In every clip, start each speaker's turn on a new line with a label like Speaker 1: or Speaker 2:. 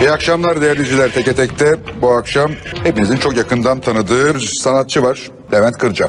Speaker 1: İyi akşamlar değerli izleyiciler. Teke Tek'te bu akşam hepinizin çok yakından tanıdığı bir sanatçı var. Levent Kırca.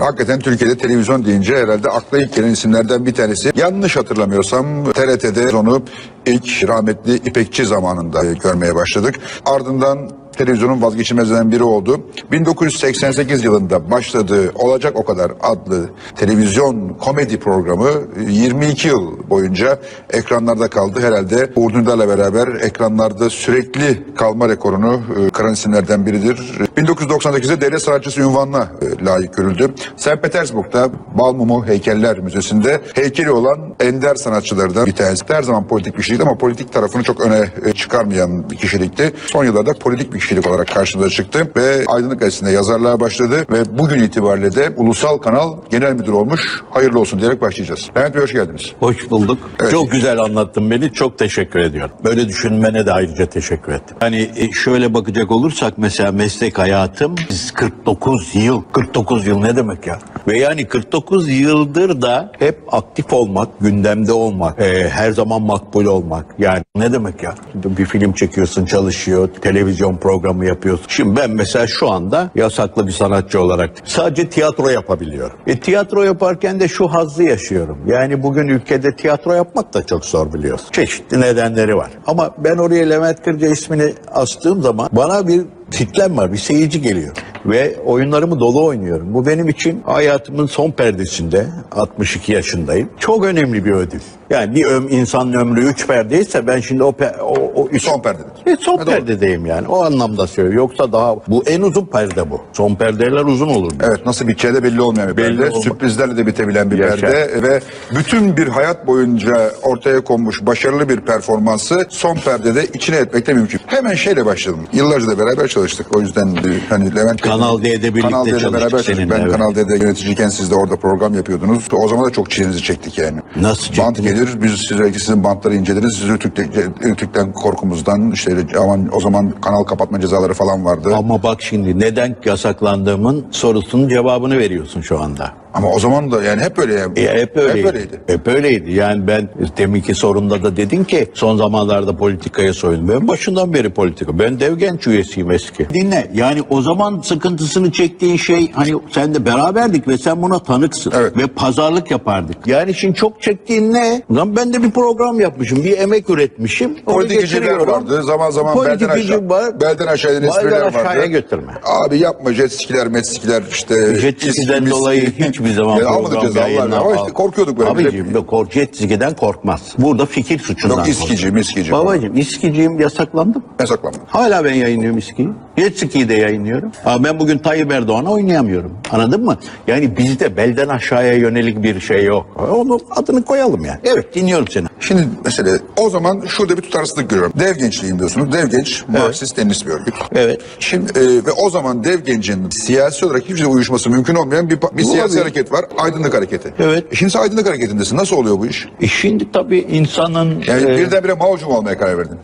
Speaker 1: Hakikaten Türkiye'de televizyon deyince herhalde akla ilk gelen isimlerden bir tanesi. Yanlış hatırlamıyorsam TRT'de onu ilk rahmetli İpekçi zamanında e, görmeye başladık. Ardından televizyonun vazgeçilmezlerinden biri oldu. 1988 yılında başladığı Olacak O Kadar adlı televizyon komedi programı 22 yıl boyunca ekranlarda kaldı. Herhalde Uğur Dündar'la beraber ekranlarda sürekli kalma rekorunu e, kıran isimlerden biridir. 1998'de devlet sanatçısı unvanına e, layık görüldü. St. Petersburg'da Balmumu Heykeller Müzesi'nde heykeli olan ender sanatçılardan bir tanesi. Her zaman politik bir şeydi ama politik tarafını çok öne e, çıkarmayan bir kişilikti. Son yıllarda politik bir kişilik olarak karşımıza çıktı ve Aydınlık Gazetesi'nde yazarlığa başladı ve bugün itibariyle de Ulusal Kanal Genel Müdürü olmuş. Hayırlı olsun diyerek başlayacağız. Levent Bey hoş geldiniz.
Speaker 2: Hoş bulduk. Çok güzel anlattın beni. Çok teşekkür ediyorum. Böyle düşünmene de ayrıca teşekkür ettim. Hani e, şöyle bakacak olursak mesela meslek hayatım biz 49 yıl. 49 yıl ne demek ya? Ve yani 49 yıldır da hep aktif olmak, gündemde olmak, e, her zaman makbul olmak. Yani ne demek ya? Bir film çekiyorsun, çalışıyor, televizyon programı yapıyorsun. Şimdi ben mesela şu anda yasaklı bir sanatçı olarak sadece tiyatro yapabiliyorum. E, tiyatro yaparken de şu hazzı yaşıyorum. Yani bugün ülkede tiyatro yapmak da çok zor biliyorsun. Çeşitli nedenleri var. Ama ben oraya Levent Kırca ismini astığım zaman bana bir titlem var, bir seyirci geliyor. Ve oyunlarımı dolu oynuyorum. Bu benim için hayatımın son perdesinde, 62 yaşındayım. Çok önemli bir ödül. Yani bir öm, insanın ömrü 3 perdeyse ben şimdi o, pe- o, o üç-
Speaker 1: Son perdedir.
Speaker 2: e, son
Speaker 1: Ha, doğru.
Speaker 2: perdedeyim yani. O anlamda söylüyorum. Yoksa daha bu en uzun perde bu. Son perdeler uzun olur.
Speaker 1: Evet nasıl biteceği de belli olmayan bir
Speaker 2: Belli
Speaker 1: perde.
Speaker 2: olma-
Speaker 1: Sürprizlerle de bitebilen bir
Speaker 2: Yaşa.
Speaker 1: perde ve bütün bir hayat boyunca ortaya konmuş başarılı bir performansı son perdede içine etmek de mümkün. Hemen şeyle başladım. Yıllarca da beraber çalıştık. O yüzden e, hani Levent
Speaker 2: Kanal D'de birlikte
Speaker 1: Kanal D'de
Speaker 2: çalıştık
Speaker 1: beraber çalıştık.
Speaker 2: seninle,
Speaker 1: Ben
Speaker 2: evet.
Speaker 1: Kanal D'de yöneticiyken siz de orada program yapıyordunuz. O zaman da çok çilenizi çektik yani.
Speaker 2: Nasıl çektiniz?
Speaker 1: Bant gelir biz sürekli sizin bantları inceleriz. Siz Rütük'te- Rütük'ten korkumuzdan işte aman o zaman kanal kapatma cezaları falan vardı.
Speaker 2: Ama bak şimdi neden yasaklandığımın sorusunun cevabını veriyorsun şu anda.
Speaker 1: Ama o zaman da yani hep öyle. yani.
Speaker 2: E, hep öyleydi.
Speaker 1: Hep öyleydi.
Speaker 2: Hep öyleydi. Yani ben deminki sorumda da dedin ki son zamanlarda politikaya soyuldum. Ben başından beri politika. Ben dev genç üyesiyim eski. Dinle yani o zaman sıkıntısını çektiğin şey hani sen de beraberdik ve sen buna tanıksın.
Speaker 1: Evet.
Speaker 2: Ve pazarlık yapardık. Yani şimdi çok çektiğin ne? Lan ben de bir program yapmışım. Bir emek üretmişim. Onu
Speaker 1: Politikacılar
Speaker 2: getiriyorum.
Speaker 1: vardı. Zaman zaman belden
Speaker 2: Politikacı
Speaker 1: aşağı.
Speaker 2: var.
Speaker 1: Belden aşağı inen espriler
Speaker 2: Belden
Speaker 1: vardı.
Speaker 2: aşağıya götürme.
Speaker 1: Abi yapma jet skiler, met skiler işte.
Speaker 2: Jet
Speaker 1: İSKİ,
Speaker 2: ski'den
Speaker 1: miski.
Speaker 2: dolayı hiçbir zaman
Speaker 1: Yani
Speaker 2: program
Speaker 1: almadık ceza
Speaker 2: yayınlanmadı.
Speaker 1: Allah ama işte korkuyorduk böyle.
Speaker 2: Abicim yok kork, jet ski'den korkmaz. Burada fikir suçundan
Speaker 1: Yok, iskici,
Speaker 2: korkuyor.
Speaker 1: miskici.
Speaker 2: Babacım iskiciyim yasaklandı mı?
Speaker 1: Yasaklanma.
Speaker 2: Hala ben yayınlıyorum iskiyi. Jet ski'yi de yayınlıyorum. Ama ben bugün Tayyip Erdoğan'a oynayamıyorum. Anladın mı? Yani bizde belden aşağıya yönelik bir şey yok. Onun adını koyalım yani. Evet dinliyorum seni.
Speaker 1: Şimdi mesela o zaman şurada bir tutarsızlık görüyorum. Dev gençliğim diyorsunuz. Dev genç Marksist Leninist bir örgüt.
Speaker 2: Evet.
Speaker 1: Şimdi e, ve o zaman dev gencin siyasi olarak hiçbir şey uyuşması mümkün olmayan bir, pa- bir siyasi
Speaker 2: Olabilir.
Speaker 1: hareket var. Aydınlık hareketi.
Speaker 2: Evet.
Speaker 1: E Şimdi sen aydınlık hareketindesin. Nasıl oluyor bu iş?
Speaker 2: E şimdi tabii insanın...
Speaker 1: Yani
Speaker 2: e,
Speaker 1: birdenbire Mao'cu mu olmaya karar verdin?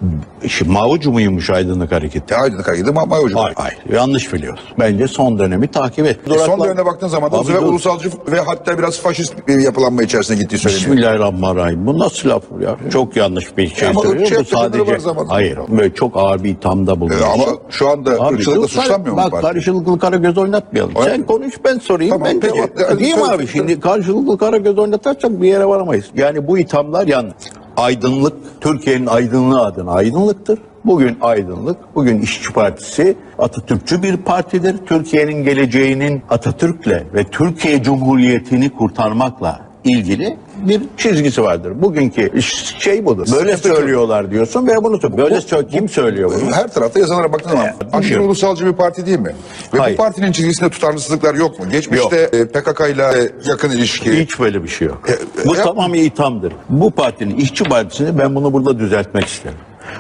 Speaker 2: şimdi Mavucu muymuş aydınlık hareketi?
Speaker 1: E, aydınlık hareketi Ma- Mao'cu. mu?
Speaker 2: Hayır, hayır. Yanlış biliyorsun. Bence son dönemi takip et.
Speaker 1: E, son dönemde baktığın zaman da
Speaker 2: Abi
Speaker 1: bu sefer
Speaker 2: dur.
Speaker 1: ulusalcı ve hatta biraz faşist bir yapılanma içerisine gittiği söyleniyor.
Speaker 2: Bismillahirrahmanirrahim. Bu nasıl laf ya? Çok yanlış bir şey
Speaker 1: Ama
Speaker 2: söylüyor.
Speaker 1: ırkçı
Speaker 2: Bu
Speaker 1: yaptırımları var
Speaker 2: sadece...
Speaker 1: zamanında.
Speaker 2: Hayır. Böyle çok ağır bir ithamda
Speaker 1: E,
Speaker 2: bulunuyor.
Speaker 1: Ama şu anda
Speaker 2: Abi,
Speaker 1: ırkçılıkla
Speaker 2: dur,
Speaker 1: suçlanmıyor mu
Speaker 2: Bak
Speaker 1: parti?
Speaker 2: karşılıklı kara göz oynatmayalım.
Speaker 1: Oynat-
Speaker 2: Sen konuş ben sorayım.
Speaker 1: Tamam,
Speaker 2: ben
Speaker 1: tamam.
Speaker 2: cevap-
Speaker 1: Yani
Speaker 2: Değil mi
Speaker 1: söyle-
Speaker 2: abi? Şimdi karşılıklı kara göz oynatarsak bir yere varamayız. Yani bu ithamlar yanlış. Aydınlık, Türkiye'nin aydınlığı adına aydınlıktır. Bugün aydınlık, bugün İşçi Partisi Atatürkçü bir partidir. Türkiye'nin geleceğinin Atatürk'le ve Türkiye Cumhuriyeti'ni kurtarmakla ilgili bir çizgisi vardır. Bugünkü ş- şey budur. Böyle söylüyorlar diyorsun ve bunu böyle sö- kim söylüyor bunu?
Speaker 1: Her tarafta yazılara baktığın zaman
Speaker 2: Evet,
Speaker 1: aşırı
Speaker 2: bilmiyorum.
Speaker 1: ulusalcı bir parti değil mi? Ve
Speaker 2: Hayır.
Speaker 1: bu partinin çizgisinde tutarsızlıklar yok mu? Geçmişte e, PKK ile yakın ilişki.
Speaker 2: Hiç böyle bir şey yok.
Speaker 1: e,
Speaker 2: Bu
Speaker 1: yap-
Speaker 2: tamamı ithamdır. Bu partinin, işçi partisini ben bunu burada düzeltmek isterim.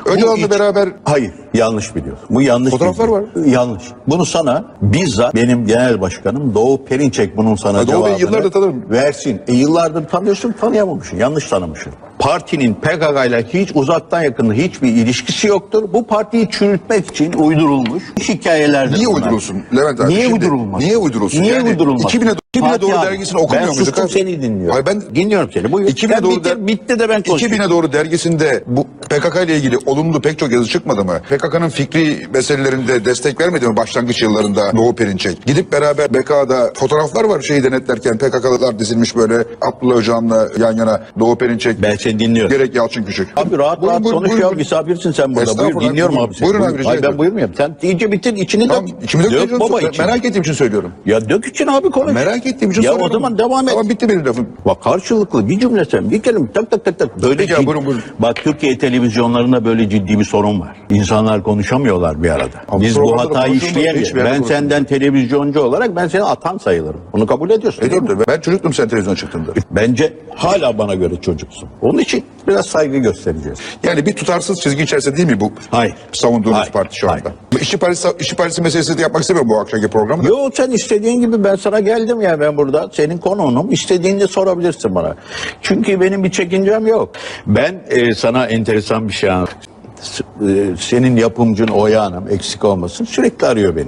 Speaker 1: Öcalan'la
Speaker 2: Bu iç-
Speaker 1: beraber-
Speaker 2: Hayır, yanlış biliyorsun. Bu yanlış
Speaker 1: Fotoğraflar
Speaker 2: bilgi. Yanlış. Bunu sana bizzat benim genel başkanım Doğu Perinçek bunun sana
Speaker 1: Ha, Doğu Bey'i
Speaker 2: cevabını
Speaker 1: yıllardır tanırım.
Speaker 2: versin. E, yıllardır tanıyorsun, tanıyamamışsın. Yanlış tanımışsın. Partinin PKK ile hiç uzaktan yakın hiçbir ilişkisi yoktur. Bu partiyi çürütmek için uydurulmuş hikayelerdir.
Speaker 1: Niye
Speaker 2: bunlar.
Speaker 1: uydurulsun Levent abi?
Speaker 2: Niye
Speaker 1: Şimdi
Speaker 2: uydurulmaz?
Speaker 1: Niye uydurulsun?
Speaker 2: Niye
Speaker 1: Yani
Speaker 2: uydurulmaz?
Speaker 1: 2000'e 2000'e
Speaker 2: Fatih
Speaker 1: doğru
Speaker 2: abi,
Speaker 1: dergisini okumuyor
Speaker 2: Ben
Speaker 1: muyduk
Speaker 2: sustum
Speaker 1: abi?
Speaker 2: seni dinliyorum.
Speaker 1: Hayır, ben-
Speaker 2: Dinliyorum seni. Buyur.
Speaker 1: 2000'e
Speaker 2: Sen
Speaker 1: doğru
Speaker 2: bitir,
Speaker 1: der-
Speaker 2: bitti de ben konuşayım.
Speaker 1: 2000'e doğru dergisinde bu PKK ile ilgili olumlu pek çok yazı çıkmadı mı? PKK'nın fikri meselelerinde destek vermedi mi başlangıç yıllarında Doğu Perinçek? Gidip beraber BK'da fotoğraflar var şeyi denetlerken PKK'lılar dizilmiş böyle Abdullah Öcalan'la yan yana Doğu Perinçek.
Speaker 2: Ben seni dinliyorum.
Speaker 1: Gerek Yalçın Küçük.
Speaker 2: Abi rahat
Speaker 1: Buyurun,
Speaker 2: rahat
Speaker 1: buyurun,
Speaker 2: konuş
Speaker 1: buyurun.
Speaker 2: ya misafirsin sen burada. Buyur
Speaker 1: Estağfurullah,
Speaker 2: dinliyorum
Speaker 1: buyurun.
Speaker 2: abi seni.
Speaker 1: Buyurun abi, rica
Speaker 2: Hayır ben
Speaker 1: ederim.
Speaker 2: buyurmuyorum. Sen iyice bitir içini
Speaker 1: Tamam,
Speaker 2: dök.
Speaker 1: içimi dök,
Speaker 2: Dök baba içini.
Speaker 1: Merak ettiğim için söylüyorum.
Speaker 2: Ya dök için abi konuş.
Speaker 1: Merak şey ettiğim için
Speaker 2: Ya
Speaker 1: soruyorum.
Speaker 2: o zaman devam et.
Speaker 1: Tamam bitti benim lafım.
Speaker 2: Bak karşılıklı bir cümle sen bir kelime tak tak tak tak. Böyle
Speaker 1: Peki ya,
Speaker 2: ciddi-
Speaker 1: buyurun, buyurun.
Speaker 2: Bak Türkiye televizyonlarında böyle ciddi bir sorun var. İnsanlar konuşamıyorlar bir arada.
Speaker 1: Abi,
Speaker 2: Biz bu
Speaker 1: programda
Speaker 2: hatayı
Speaker 1: konuşulmuyor,
Speaker 2: işleyemeyiz.
Speaker 1: hiçbir yerde
Speaker 2: Ben
Speaker 1: konuşulmuyor.
Speaker 2: senden televizyoncu olarak ben seni atan sayılırım. Bunu kabul ediyorsun.
Speaker 1: E
Speaker 2: değil mi?
Speaker 1: dur, dur. ben çocuktum sen televizyona çıktığında.
Speaker 2: Bence hala bana göre çocuksun. Onun için biraz saygı göstereceğiz.
Speaker 1: Yani bir tutarsız çizgi içerisinde değil mi bu?
Speaker 2: Hayır.
Speaker 1: Savunduğunuz
Speaker 2: Hayır,
Speaker 1: parti şu
Speaker 2: hayır.
Speaker 1: anda. İşçi Partisi, İşçi Partisi meselesi de yapmak istemiyorum bu akşamki programda.
Speaker 2: Yo sen istediğin gibi ben sana geldim ya ben burada. Senin konuğunum. İstediğini de sorabilirsin bana. Çünkü benim bir çekincem yok. Ben e, sana enteresan bir şey anlat- S- e, Senin yapımcın Oya Hanım eksik olmasın sürekli arıyor beni.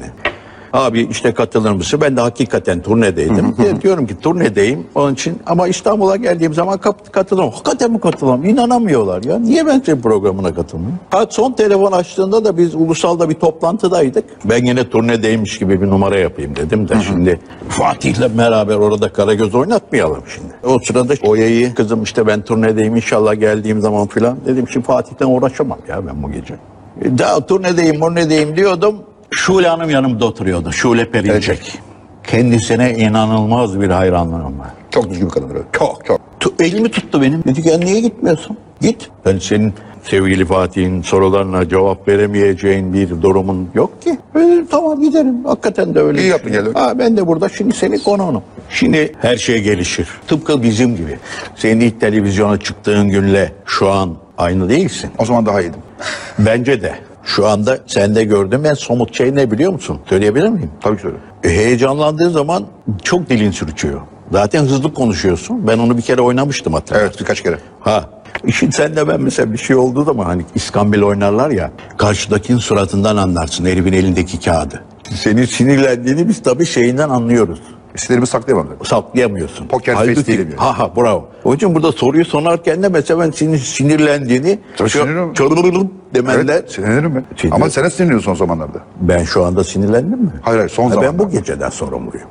Speaker 2: Abi işte katılır mısın? Ben de hakikaten turnedeydim. Diye Diyorum ki turnedeyim onun için ama İstanbul'a geldiğim zaman kap- katılamam. Hakikaten mi katılamam? İnanamıyorlar ya. Niye ben senin programına katılmıyorum? Ha, son telefon açtığında da biz ulusalda bir toplantıdaydık. Ben yine turnedeymiş gibi bir numara yapayım dedim de şimdi Fatih'le beraber orada Karagöz oynatmayalım şimdi. O sırada Oya'yı kızım işte ben turnedeyim inşallah geldiğim zaman filan dedim şimdi Fatih'le uğraşamam ya ben bu gece. E, Daha turnedeyim turnedeyim diyordum. Şule Hanım yanımda oturuyordu. Şule Perinçek. Kendisine inanılmaz bir hayranlığım var.
Speaker 1: Çok düzgün bir kadındır. o. Çok çok.
Speaker 2: Tu- elimi tuttu benim. Dedi ki "Ya niye gitmiyorsun? Git. Ben senin sevgili Fatih'in sorularına cevap veremeyeceğin bir durumun yok ki. E, dedim, tamam giderim. Hakikaten de öyle.
Speaker 1: İyi yaptın,
Speaker 2: düşünüyorum.
Speaker 1: gel.
Speaker 2: Ha, ben de burada şimdi senin konuğunum. Şimdi her şey gelişir. Tıpkı bizim gibi. Senin ilk televizyona çıktığın günle şu an aynı değilsin.
Speaker 1: O zaman daha iyiydim.
Speaker 2: Bence de. Şu anda sende gördüğüm en somut şey ne biliyor musun? Söyleyebilir miyim?
Speaker 1: Tabii ki öyle.
Speaker 2: E, Heyecanlandığın zaman çok dilin sürçüyor. Zaten hızlı konuşuyorsun. Ben onu bir kere oynamıştım hatta.
Speaker 1: Evet birkaç kere.
Speaker 2: Ha. İşin sen de ben mesela bir şey oldu da mı hani iskambil oynarlar ya karşıdakinin suratından anlarsın herifin elindeki kağıdı. Senin sinirlendiğini biz tabii şeyinden anlıyoruz.
Speaker 1: İstediğimi saklayamam dedim.
Speaker 2: Saklayamıyorsun.
Speaker 1: Poker face değilim yani.
Speaker 2: Ha ha bravo. Onun için burada soruyu sorarken de mesela ben senin sinirlendiğini
Speaker 1: Tabii sinirim.
Speaker 2: çorulurum demenden
Speaker 1: Evet, sinirlenirim ben.
Speaker 2: Sinirlen-
Speaker 1: Ama sen de sinirleniyorsun o zamanlarda.
Speaker 2: ben şu anda sinirlendim mi?
Speaker 1: Hayır, hayır, son
Speaker 2: Ha, Ben
Speaker 1: zamanlar.
Speaker 2: bu geceden sorumluyum.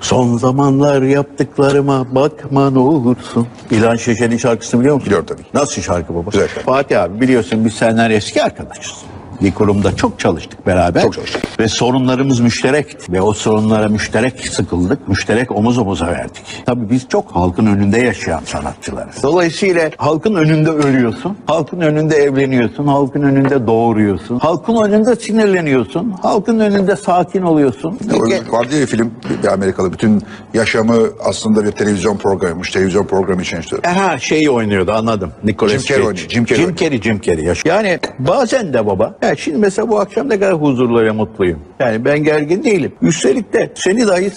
Speaker 2: Son zamanlar yaptıklarıma bakma ne olursun. İlhan Şeşen'in şarkısını biliyor musun?
Speaker 1: Biliyorum tabii.
Speaker 2: Nasıl şarkı baba?
Speaker 1: Güzel şarkı.
Speaker 2: Fatih abi biliyorsun biz senden eski arkadaşız. Bir kurumda çok çalıştık beraber.
Speaker 1: Çok çalıştık.
Speaker 2: Ve sorunlarımız müşterekti. Ve o sorunlara müşterek sıkıldık. Müşterek omuz omuza verdik. Tabii biz çok halkın önünde yaşayan sanatçılarız. Dolayısıyla halkın önünde ölüyorsun. Halkın önünde evleniyorsun. Halkın önünde doğuruyorsun. Halkın önünde sinirleniyorsun. Halkın önünde sakin oluyorsun.
Speaker 1: O- Vardı ya bir film bir Amerikalı bütün yaşamı aslında bir televizyon programıymış. Televizyon programı için işte.
Speaker 2: Aha şey oynuyordu anladım. Nicolas
Speaker 1: Jim Carrey
Speaker 2: Cage.
Speaker 1: oynuyor, Jim Carrey
Speaker 2: Jim
Speaker 1: oynuyor.
Speaker 2: Carrey, Jim Carrey yaş- Yani bazen de baba. Ya şimdi mesela bu akşam ne kadar huzurlu ve mutluyum. Yani ben gergin değilim. Üstelik de seni dahi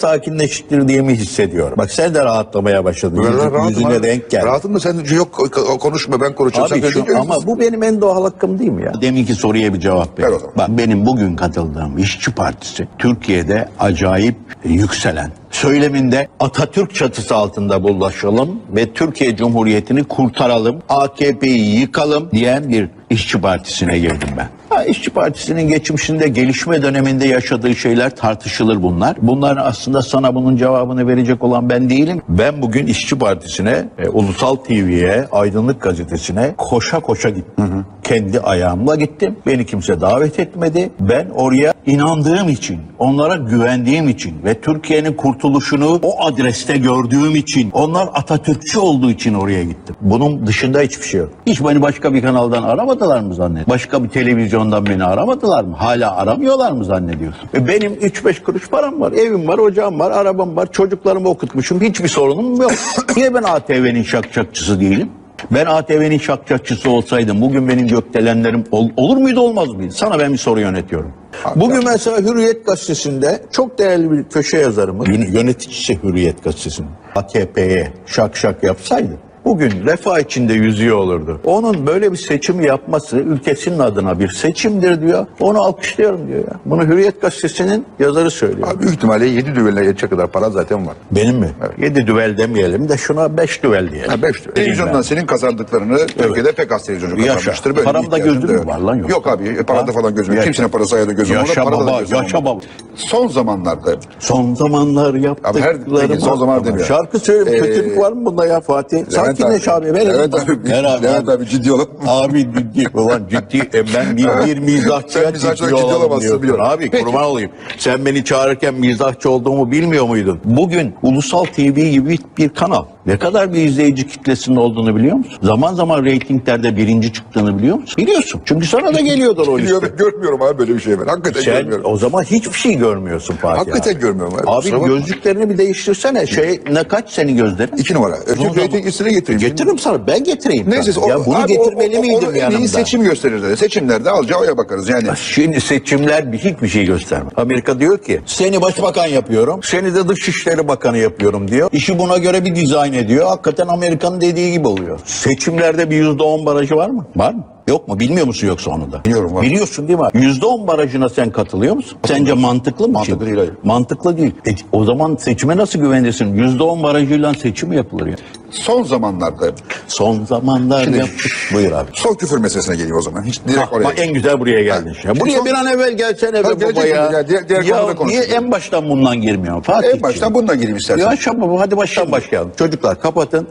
Speaker 2: sakinleştirdiğimi hissediyorum. Bak sen de rahatlamaya başladın.
Speaker 1: Ben
Speaker 2: Yüzü-
Speaker 1: rahatım
Speaker 2: yüzüne
Speaker 1: abi.
Speaker 2: denk geldi.
Speaker 1: Rahatım da sen yok o- o- konuşma ben konuşacağım.
Speaker 2: Abi
Speaker 1: sen
Speaker 2: şu-
Speaker 1: konuşuyorsun.
Speaker 2: ama bu benim en doğal hakkım değil mi ya? Deminki soruya bir cevap ver.
Speaker 1: Ver o zaman.
Speaker 2: Bak benim bugün katıldığım İşçi Partisi Türkiye'de acayip e, yükselen. Söyleminde Atatürk çatısı altında buluşalım ve Türkiye Cumhuriyeti'ni kurtaralım, AKP'yi yıkalım diyen bir İşçi Partisi'ne girdim ben. Ha, İşçi Partisi'nin geçmişinde gelişme döneminde yaşadığı şeyler tartışılır bunlar. Bunların aslında sana bunun cevabını verecek olan ben değilim. Ben bugün İşçi Partisi'ne, e, Ulusal TV'ye, Aydınlık Gazetesi'ne koşa koşa gittim. Kendi ayağımla gittim. Beni kimse davet etmedi. Ben oraya inandığım için, onlara güvendiğim için ve Türkiye'nin kurtuluşunu o adreste gördüğüm için, onlar Atatürkçü olduğu için oraya gittim. Bunun dışında hiçbir şey yok. Hiç beni başka bir kanaldan aramadılar mı zannet? Başka bir televizyondan beni aramadılar mı? Hala aramıyorlar mı zannediyorsun? E benim 3-5 kuruş param var, evim var, ocağım var, arabam var, çocuklarımı okutmuşum. Hiçbir sorunum yok. Niye ben ATV'nin şakçakçısı değilim? Ben ATV'nin şakçakçısı olsaydım bugün benim gökdelenlerim ol- olur muydu olmaz mıydı? Sana ben bir soru yönetiyorum. Bugün mesela Hürriyet Gazetesi'nde çok değerli bir köşe yazarımız, yön- yöneticisi Hürriyet Gazetesi'nin AKP'ye şak şak yapsaydı bugün refah içinde yüzüyor olurdu. Onun böyle bir seçim yapması ülkesinin adına bir seçimdir diyor. Onu alkışlıyorum diyor ya. Bunu Hürriyet Gazetesi'nin yazarı söylüyor.
Speaker 1: Abi büyük ihtimalle 7 düveline geçecek kadar para zaten var.
Speaker 2: Benim mi? 7 düvel demeyelim de şuna 5 düvel diyelim.
Speaker 1: Ha, beş düvel. Televizyondan senin kazandıklarını Türkiye'de pek az televizyoncu
Speaker 2: Yaşa.
Speaker 1: kazanmıştır. Böyle
Speaker 2: Paramda
Speaker 1: bir ihtiyacın
Speaker 2: gözüm
Speaker 1: da yok.
Speaker 2: var lan yok.
Speaker 1: Yok abi e, parada
Speaker 2: Ha?
Speaker 1: falan gözüm yok.
Speaker 2: Yaşa.
Speaker 1: Kimsenin parası ayda gözüm olur.
Speaker 2: Yaşa
Speaker 1: parada da
Speaker 2: baba,
Speaker 1: gözüm
Speaker 2: yaşa
Speaker 1: olmaz.
Speaker 2: baba.
Speaker 1: Son zamanlarda
Speaker 2: Son zamanlar
Speaker 1: Abi her-
Speaker 2: yaptıklarım.
Speaker 1: son zamanlar demiyor.
Speaker 2: Şarkı söyle
Speaker 1: Ee,
Speaker 2: kötülük var mı bunda ya Fatih?
Speaker 1: Levent
Speaker 2: Sakinleş abi. Ver
Speaker 1: Levent abi,
Speaker 2: Ver abi.
Speaker 1: Levent abi ciddi olup.
Speaker 2: Abi ciddi ulan ciddi e ben bir, bir
Speaker 1: Sen
Speaker 2: mizahçıya
Speaker 1: mizahçıdan
Speaker 2: ciddi
Speaker 1: ciddi
Speaker 2: olamam
Speaker 1: olamazsın
Speaker 2: diyorsun.
Speaker 1: biliyorum.
Speaker 2: Abi
Speaker 1: Peki.
Speaker 2: kurban olayım. Sen beni çağırırken mizahçı olduğumu bilmiyor muydun? Bugün Ulusal TV gibi bir kanal. Ne kadar bir izleyici kitlesinin olduğunu biliyor musun? Zaman zaman reytinglerde birinci çıktığını biliyor musun? Biliyorsun. Çünkü sana da geliyordur o liste.
Speaker 1: Biliyor, görmüyorum abi böyle bir şey ben. Hakikaten
Speaker 2: Sen
Speaker 1: görmüyorum.
Speaker 2: o zaman hiçbir şey görmüyorsun Fatih
Speaker 1: Hakikaten
Speaker 2: abi.
Speaker 1: görmüyorum abi,
Speaker 2: Abi
Speaker 1: kusura bakma.
Speaker 2: gözlüklerini bir değiştirsene. Şey ne kaç senin gözlerin?
Speaker 1: İki numara.
Speaker 2: zaman-
Speaker 1: Ötürü reyting üstüne getireyim.
Speaker 2: Getiririm sana ben getireyim.
Speaker 1: Neyse
Speaker 2: sana. ya bunu
Speaker 1: abi, o-
Speaker 2: getirmeli
Speaker 1: o- o-
Speaker 2: miydim
Speaker 1: onu en iyi
Speaker 2: yanımda?
Speaker 1: seçim gösterir dedi. Seçimlerde alacağı oya bakarız yani.
Speaker 2: Şimdi seçimler bir- hiçbir şey göstermiyor. Amerika diyor ki seni başbakan yapıyorum, seni de dışişleri bakanı yapıyorum diyor. İşi buna göre bir dizayn ediyor. Hakikaten Amerika'nın dediği gibi oluyor. Seçimlerde bir yüzde on barajı var mı? Var mı? Yok mu? Bilmiyor musun yoksa onu da?
Speaker 1: Biliyorum, var.
Speaker 2: Biliyorsun değil mi? Yüzde on barajına sen katılıyor musun? Sence mantıklı mı?
Speaker 1: Mantıklı değil, hayır.
Speaker 2: Mantıklı değil. E, o zaman seçime nasıl güvenirsin? Yüzde on barajıyla seçim mi yapılır ya?
Speaker 1: Son zamanlarda
Speaker 2: Son zamanlar
Speaker 1: Şimdi-
Speaker 2: yaptık. Buyur abi.
Speaker 1: son küfür meselesine geliyor o zaman. Hiç direkt
Speaker 2: Ah,
Speaker 1: oraya.
Speaker 2: bak en güzel buraya geldin.
Speaker 1: Ha.
Speaker 2: Ya. Buraya
Speaker 1: Son-
Speaker 2: bir an evvel gelsene
Speaker 1: Ha,
Speaker 2: be
Speaker 1: gelecek
Speaker 2: baba ya.
Speaker 1: şimdi, gel. Diğer- diğer
Speaker 2: ya
Speaker 1: konuda
Speaker 2: niye
Speaker 1: konuşuruz.
Speaker 2: en baştan bundan girmiyorsun Fatih'ciğim?
Speaker 1: En baştan bununla gireyim istersen.
Speaker 2: Yavaş yap baba hadi baştan başlayalım. Çocuklar kapatın.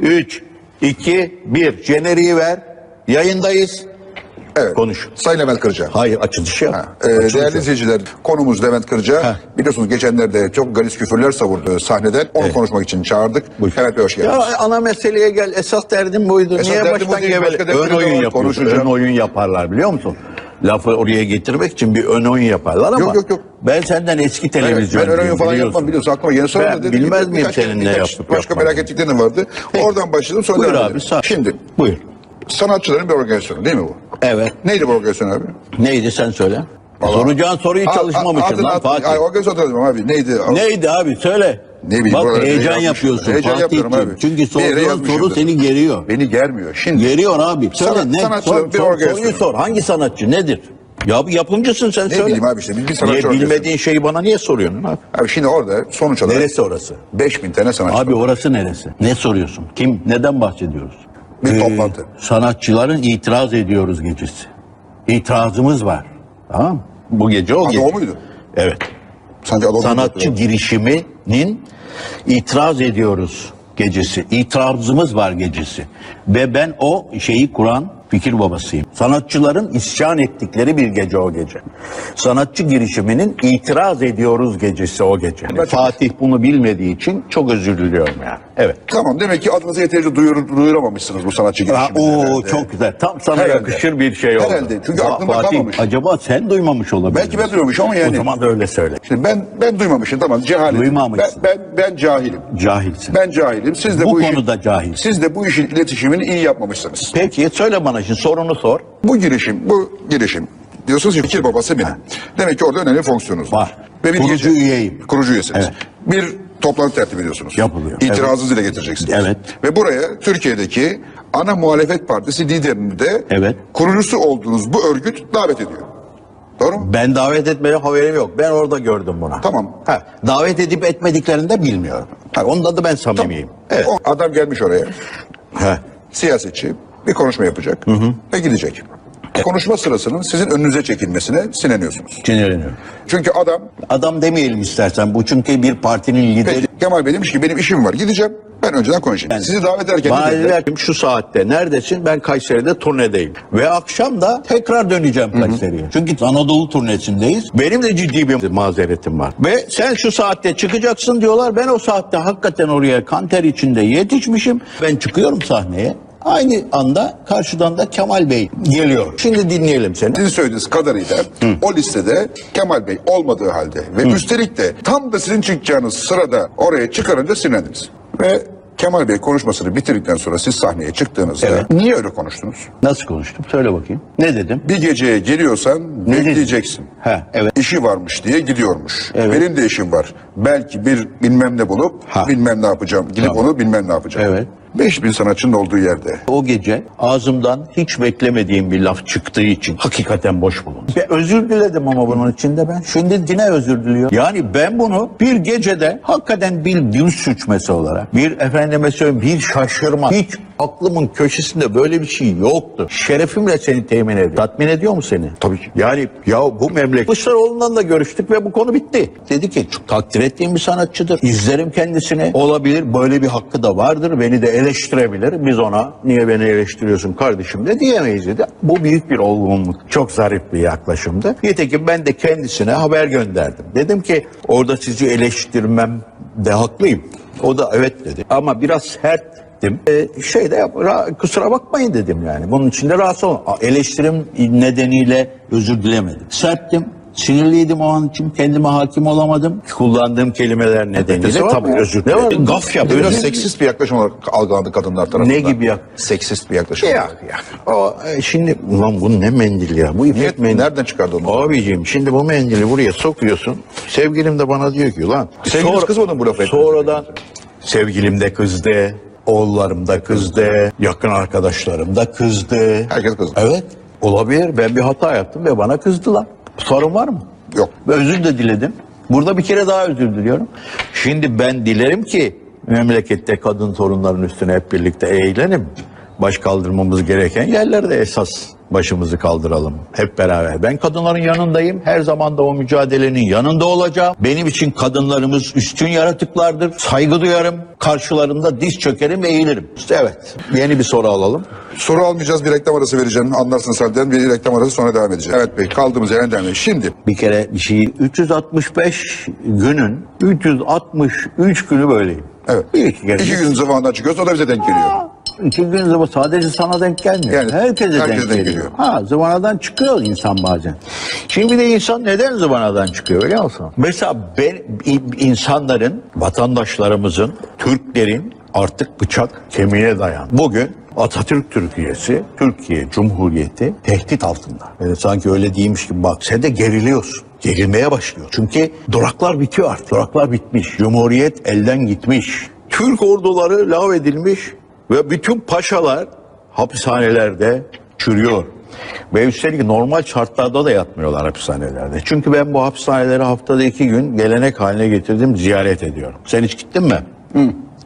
Speaker 2: 3, 2, 1. Jeneriği ver. Yayındayız.
Speaker 1: Evet.
Speaker 2: Konuş.
Speaker 1: Sayın Levent Kırca.
Speaker 2: Hayır açılışı yap.
Speaker 1: Ee,
Speaker 2: Açılışı
Speaker 1: değerli
Speaker 2: yap.
Speaker 1: izleyiciler, konumuz Levent Kırca.
Speaker 2: Ha.
Speaker 1: Biliyorsunuz geçenlerde çok gariz küfürler savurdu sahneden. Onu konuşmak için çağırdık.
Speaker 2: Buyur.
Speaker 1: Evet Bey hoş geldiniz.
Speaker 2: Ya ana meseleye gel. Esas derdim buydu.
Speaker 1: Esas
Speaker 2: Niye
Speaker 1: derdim
Speaker 2: baştan
Speaker 1: bu değil,
Speaker 2: gevele?
Speaker 1: başka derdim
Speaker 2: Ön
Speaker 1: de var,
Speaker 2: oyun yapıyoruz.
Speaker 1: konuşacağım.
Speaker 2: Ön oyun yaparlar biliyor musun? Lafı oraya getirmek için bir ön oyun yaparlar ama
Speaker 1: Yok, yok, yok.
Speaker 2: ben senden eski
Speaker 1: Evet,
Speaker 2: televizyon
Speaker 1: ben öğrenmiyorum falan yapmam biliyorsun. Aklıma yeni sorun
Speaker 2: Ben
Speaker 1: da dedim.
Speaker 2: bilmez
Speaker 1: Bir-
Speaker 2: miyim
Speaker 1: birkaç-
Speaker 2: senin ne
Speaker 1: birkaç
Speaker 2: yaptık,
Speaker 1: Başka
Speaker 2: yapmadık.
Speaker 1: merak ettiklerim vardı. Oradan başladım sonra
Speaker 2: Buyur
Speaker 1: devam
Speaker 2: abi
Speaker 1: edelim.
Speaker 2: sağ
Speaker 1: Şimdi
Speaker 2: Buyur.
Speaker 1: sanatçıların bir organizasyonu değil mi bu?
Speaker 2: Evet.
Speaker 1: Neydi bu organizasyon abi?
Speaker 2: Neydi sen söyle. Soracağın soruyu
Speaker 1: Aa,
Speaker 2: çalışmam
Speaker 1: aa,
Speaker 2: için
Speaker 1: adını-
Speaker 2: lan
Speaker 1: adını-
Speaker 2: Fatih.
Speaker 1: Ay, organizasyon hatırlamıyorum abi. Neydi?
Speaker 2: Neydi abi söyle.
Speaker 1: Ne bileyim,
Speaker 2: Bak
Speaker 1: buralara
Speaker 2: heyecan
Speaker 1: yapmışım.
Speaker 2: yapıyorsun
Speaker 1: Heyecan
Speaker 2: Fatih'ciğim.
Speaker 1: yapıyorum abi.
Speaker 2: Çünkü
Speaker 1: Bir yere
Speaker 2: sorduğun soru
Speaker 1: yapmışımdır.
Speaker 2: seni geriyor.
Speaker 1: Beni germiyor. Şimdi
Speaker 2: Geriyor abi. Söyle
Speaker 1: Sanat-
Speaker 2: ne?
Speaker 1: sanatçıların
Speaker 2: sor,
Speaker 1: bir
Speaker 2: sor,
Speaker 1: organizasyonu.
Speaker 2: soruyu sor. Hangi sanatçı nedir? Ya bir yapımcısın sen söyle.
Speaker 1: bileyim abi işte, biz bir sanatçı
Speaker 2: Niye
Speaker 1: organizasyonu.
Speaker 2: bilmediğin şeyi bana niye soruyorsun abi?
Speaker 1: abi şimdi orada sonuç olarak
Speaker 2: Neresi orası?
Speaker 1: 5000 tane sanatçı
Speaker 2: Abi
Speaker 1: var.
Speaker 2: orası neresi? Ne soruyorsun? Kim? Neden bahsediyoruz?
Speaker 1: Bir
Speaker 2: e,
Speaker 1: toplantı.
Speaker 2: Sanatçıların itiraz ediyoruz gecesi. İtirazımız var. Tamam mı? Bu gece o
Speaker 1: Adı
Speaker 2: gece.
Speaker 1: o muydu?
Speaker 2: Evet.
Speaker 1: Sanki adamın
Speaker 2: Sanatçı girişiminin itiraz ediyoruz gecesi. İtirazımız var gecesi. Ve ben o şeyi kuran fikir babasıyım. Sanatçıların isyan ettikleri bir gece o gece. Sanatçı girişiminin itiraz ediyoruz gecesi o gece. Fatih bunu bilmediği için çok özür diliyorum yani. Evet.
Speaker 1: Tamam demek ki adınızı yeterince duyur, duyuramamışsınız bu sanatçı
Speaker 2: Ha,
Speaker 1: girişimini.
Speaker 2: oo,
Speaker 1: herhalde.
Speaker 2: çok güzel. Tam sana
Speaker 1: Herhalde.
Speaker 2: yakışır bir şey oldu.
Speaker 1: Herhalde. Çünkü
Speaker 2: Fa-
Speaker 1: aklımda
Speaker 2: Fatih,
Speaker 1: kalmamış.
Speaker 2: acaba sen duymamış olabilir.
Speaker 1: Belki ben duymamışım ama yani.
Speaker 2: O zaman da öyle söyle.
Speaker 1: Şimdi ben ben duymamışım tamam cehalet.
Speaker 2: Duymamışsın.
Speaker 1: Ben, ben ben cahilim.
Speaker 2: Cahilsin.
Speaker 1: Ben cahilim. Siz de
Speaker 2: Bu
Speaker 1: bu, işin-
Speaker 2: konuda cahilsin.
Speaker 1: Siz de bu işin iletişimini iyi yapmamışsınız.
Speaker 2: Peki söyle bana şimdi sorunu sor.
Speaker 1: Bu girişim, bu girişim diyorsunuz ki fikir babası benim. Demek ki orada önemli fonksiyonunuz var.
Speaker 2: Var. Kurucu üyeyim.
Speaker 1: Kurucu üyesiniz.
Speaker 2: Evet.
Speaker 1: Bir toplantı tertip ediyorsunuz.
Speaker 2: Yapılıyor.
Speaker 1: İtirazınızı dile getireceksiniz.
Speaker 2: Evet.
Speaker 1: Ve buraya Türkiye'deki ana muhalefet partisi liderini de
Speaker 2: Evet.
Speaker 1: kurucusu olduğunuz bu örgüt davet ediyor. Doğru mu?
Speaker 2: Ben davet etmeye haberim yok. Ben orada gördüm bunu.
Speaker 1: Tamam.
Speaker 2: Ha, davet edip etmediklerini de bilmiyorum. Ha, onda da ben samimiyim. Evet.
Speaker 1: O adam gelmiş oraya.
Speaker 2: Ha.
Speaker 1: siyasetçi bir konuşma yapacak ve gidecek. Konuşma sırasının sizin önünüze çekilmesine sinirleniyorsunuz.
Speaker 2: Sinirleniyorum.
Speaker 1: Çünkü adam
Speaker 2: Adam demeyelim istersen bu çünkü bir partinin lideri.
Speaker 1: peki, Kemal Bey demiş ki benim işim var gideceğim ben önceden konuşayım. Sizi davet ederken
Speaker 2: Bana
Speaker 1: ne dediler?
Speaker 2: dediler, şu saatte neredesin? Ben Kayseri'de turnedeyim. Ve akşam da tekrar döneceğim Kayseri'ye. Çünkü Anadolu turnesindeyiz. Benim de ciddi bir mazeretim var. Ve sen şu saatte çıkacaksın diyorlar. Ben o saatte hakikaten oraya kanter içinde yetişmişim. Ben çıkıyorum sahneye. Aynı anda karşıdan da Kemal Bey geliyor. Şimdi dinleyelim seni.
Speaker 1: sizin söylediğiniz kadarıyla o listede Kemal Bey olmadığı halde ve üstelik de tam da sizin çıkacağınız sırada oraya çıkarınca sinirlendiniz. Ve Kemal Bey konuşmasını bitirdikten sonra siz sahneye çıktığınızda
Speaker 2: Evet.
Speaker 1: niye öyle konuştunuz?
Speaker 2: Nasıl konuştum? Söyle bakayım. Ne dedim?
Speaker 1: Bir geceye geliyorsan
Speaker 2: dedin?
Speaker 1: bekleyeceksin.
Speaker 2: Ha, evet.
Speaker 1: İşi varmış diye gidiyormuş.
Speaker 2: Evet.
Speaker 1: Benim de işim var. Belki bir bilmem ne bulup
Speaker 2: Ha.
Speaker 1: bilmem ne yapacağım. Gidip
Speaker 2: Tamam.
Speaker 1: onu bilmem ne yapacağım.
Speaker 2: Evet.
Speaker 1: 5000 sanatçının olduğu yerde.
Speaker 2: O gece ağzımdan hiç beklemediğim bir laf çıktığı için hakikaten boş bulundum. Ve özür diledim ama bunun içinde ben. Şimdi dine özür diliyor. Yani ben bunu bir gecede hakikaten bir dil suçması olarak bir efendime söyleyeyim bir şaşırma. Hiç aklımın köşesinde böyle bir şey yoktu. Şerefimle seni temin ediyor. Tatmin ediyor mu seni? Tabii ki. Yani ya bu memleket. Kılıçdaroğlu'ndan da görüştük ve bu konu bitti. Dedi ki çok takdir ettiğim bir sanatçıdır. İzlerim kendisini. Olabilir böyle bir hakkı da vardır. Beni de eleştirebilir. Biz ona niye beni eleştiriyorsun kardeşim de diyemeyiz dedi. Bu büyük bir olgunluk. Çok zarif bir yaklaşımdı. Nitekim ben de kendisine haber gönderdim. Dedim ki orada sizi eleştirmem de haklıyım. O da evet dedi. Ama biraz sert ettim. Ee, şey de yap- ra- kusura bakmayın dedim yani. Bunun içinde rahatsız olma. A- Eleştirim nedeniyle özür dilemedim. Serttim. Sinirliydim o an için kendime hakim olamadım. Kullandığım kelimeler nedeniyle
Speaker 1: var mı
Speaker 2: tabii
Speaker 1: ya?
Speaker 2: özür
Speaker 1: Ne var?
Speaker 2: dilerim. Gaf yaptım.
Speaker 1: Biraz seksist bir yaklaşım olarak algılandı kadınlar tarafından.
Speaker 2: Ne gibi ya?
Speaker 1: Seksist bir yaklaşım.
Speaker 2: Ya, ya. O, e, şimdi ulan bu ne mendil ya? Bu
Speaker 1: Niye,
Speaker 2: ipek mendil.
Speaker 1: nereden çıkardı onu?
Speaker 2: Abicim şimdi bu mendili buraya sokuyorsun. Sevgilim de bana diyor ki lan.
Speaker 1: Sevgiliniz kızmadı mı bu lafı etmenize?
Speaker 2: E, Sonradan sevgilim de kızdı. Oğullarım da kızdı. Yakın arkadaşlarım da kızdı.
Speaker 1: Herkes kızdı.
Speaker 2: Evet olabilir. Ben bir hata yaptım ve bana kızdılar. Sorun var mı?
Speaker 1: Yok.
Speaker 2: Ve özür de diledim. Burada bir kere daha özür diliyorum. Şimdi ben dilerim ki memlekette kadın sorunların üstüne hep birlikte eğilelim. Baş kaldırmamız gereken yerlerde esas başımızı kaldıralım hep beraber. Ben kadınların yanındayım. Her zaman da o mücadelenin yanında olacağım. Benim için kadınlarımız üstün yaratıklardır. Saygı duyarım. Karşılarında diz çökerim, eğilirim. İşte evet. Yeni bir soru alalım.
Speaker 1: Soru almayacağız bir reklam arası vereceğim. Anlarsınız halden bir reklam arası sonra devam edeceğiz. Evet Bey kaldığımız yerden devam edelim. Şimdi
Speaker 2: Bir kere bir şeyi 365 günün 363 günü böyleyim.
Speaker 1: Evet.
Speaker 2: Bir iki kere.
Speaker 1: iki gün zamandan çıkıyoruz o da bize denk geliyor.
Speaker 2: İki gün zaman sadece sana denk gelmiyor.
Speaker 1: Yani
Speaker 2: herkese,
Speaker 1: herkese
Speaker 2: denk,
Speaker 1: denk
Speaker 2: geliyor.
Speaker 1: geliyor.
Speaker 2: Ha zıvanadan çıkıyor insan bazen. Şimdi bir de insan neden zıvanadan çıkıyor biliyor musun? Mesela ben, i- insanların, vatandaşlarımızın, Türklerin artık bıçak kemiğe dayan. Bugün Atatürk Türkiye'si, Türkiye Cumhuriyeti tehdit altında. Yani sanki öyle değilmiş gibi bak sen de geriliyorsun. Gerilmeye başlıyor. Çünkü duraklar bitiyor artık. Duraklar bitmiş. Cumhuriyet elden gitmiş. Türk orduları lav edilmiş ve bütün paşalar hapishanelerde çürüyor. Ve üstelik normal şartlarda da yatmıyorlar hapishanelerde. Çünkü ben bu hapishaneleri haftada iki gün gelenek haline getirdim, ziyaret ediyorum. Sen hiç gittin mi?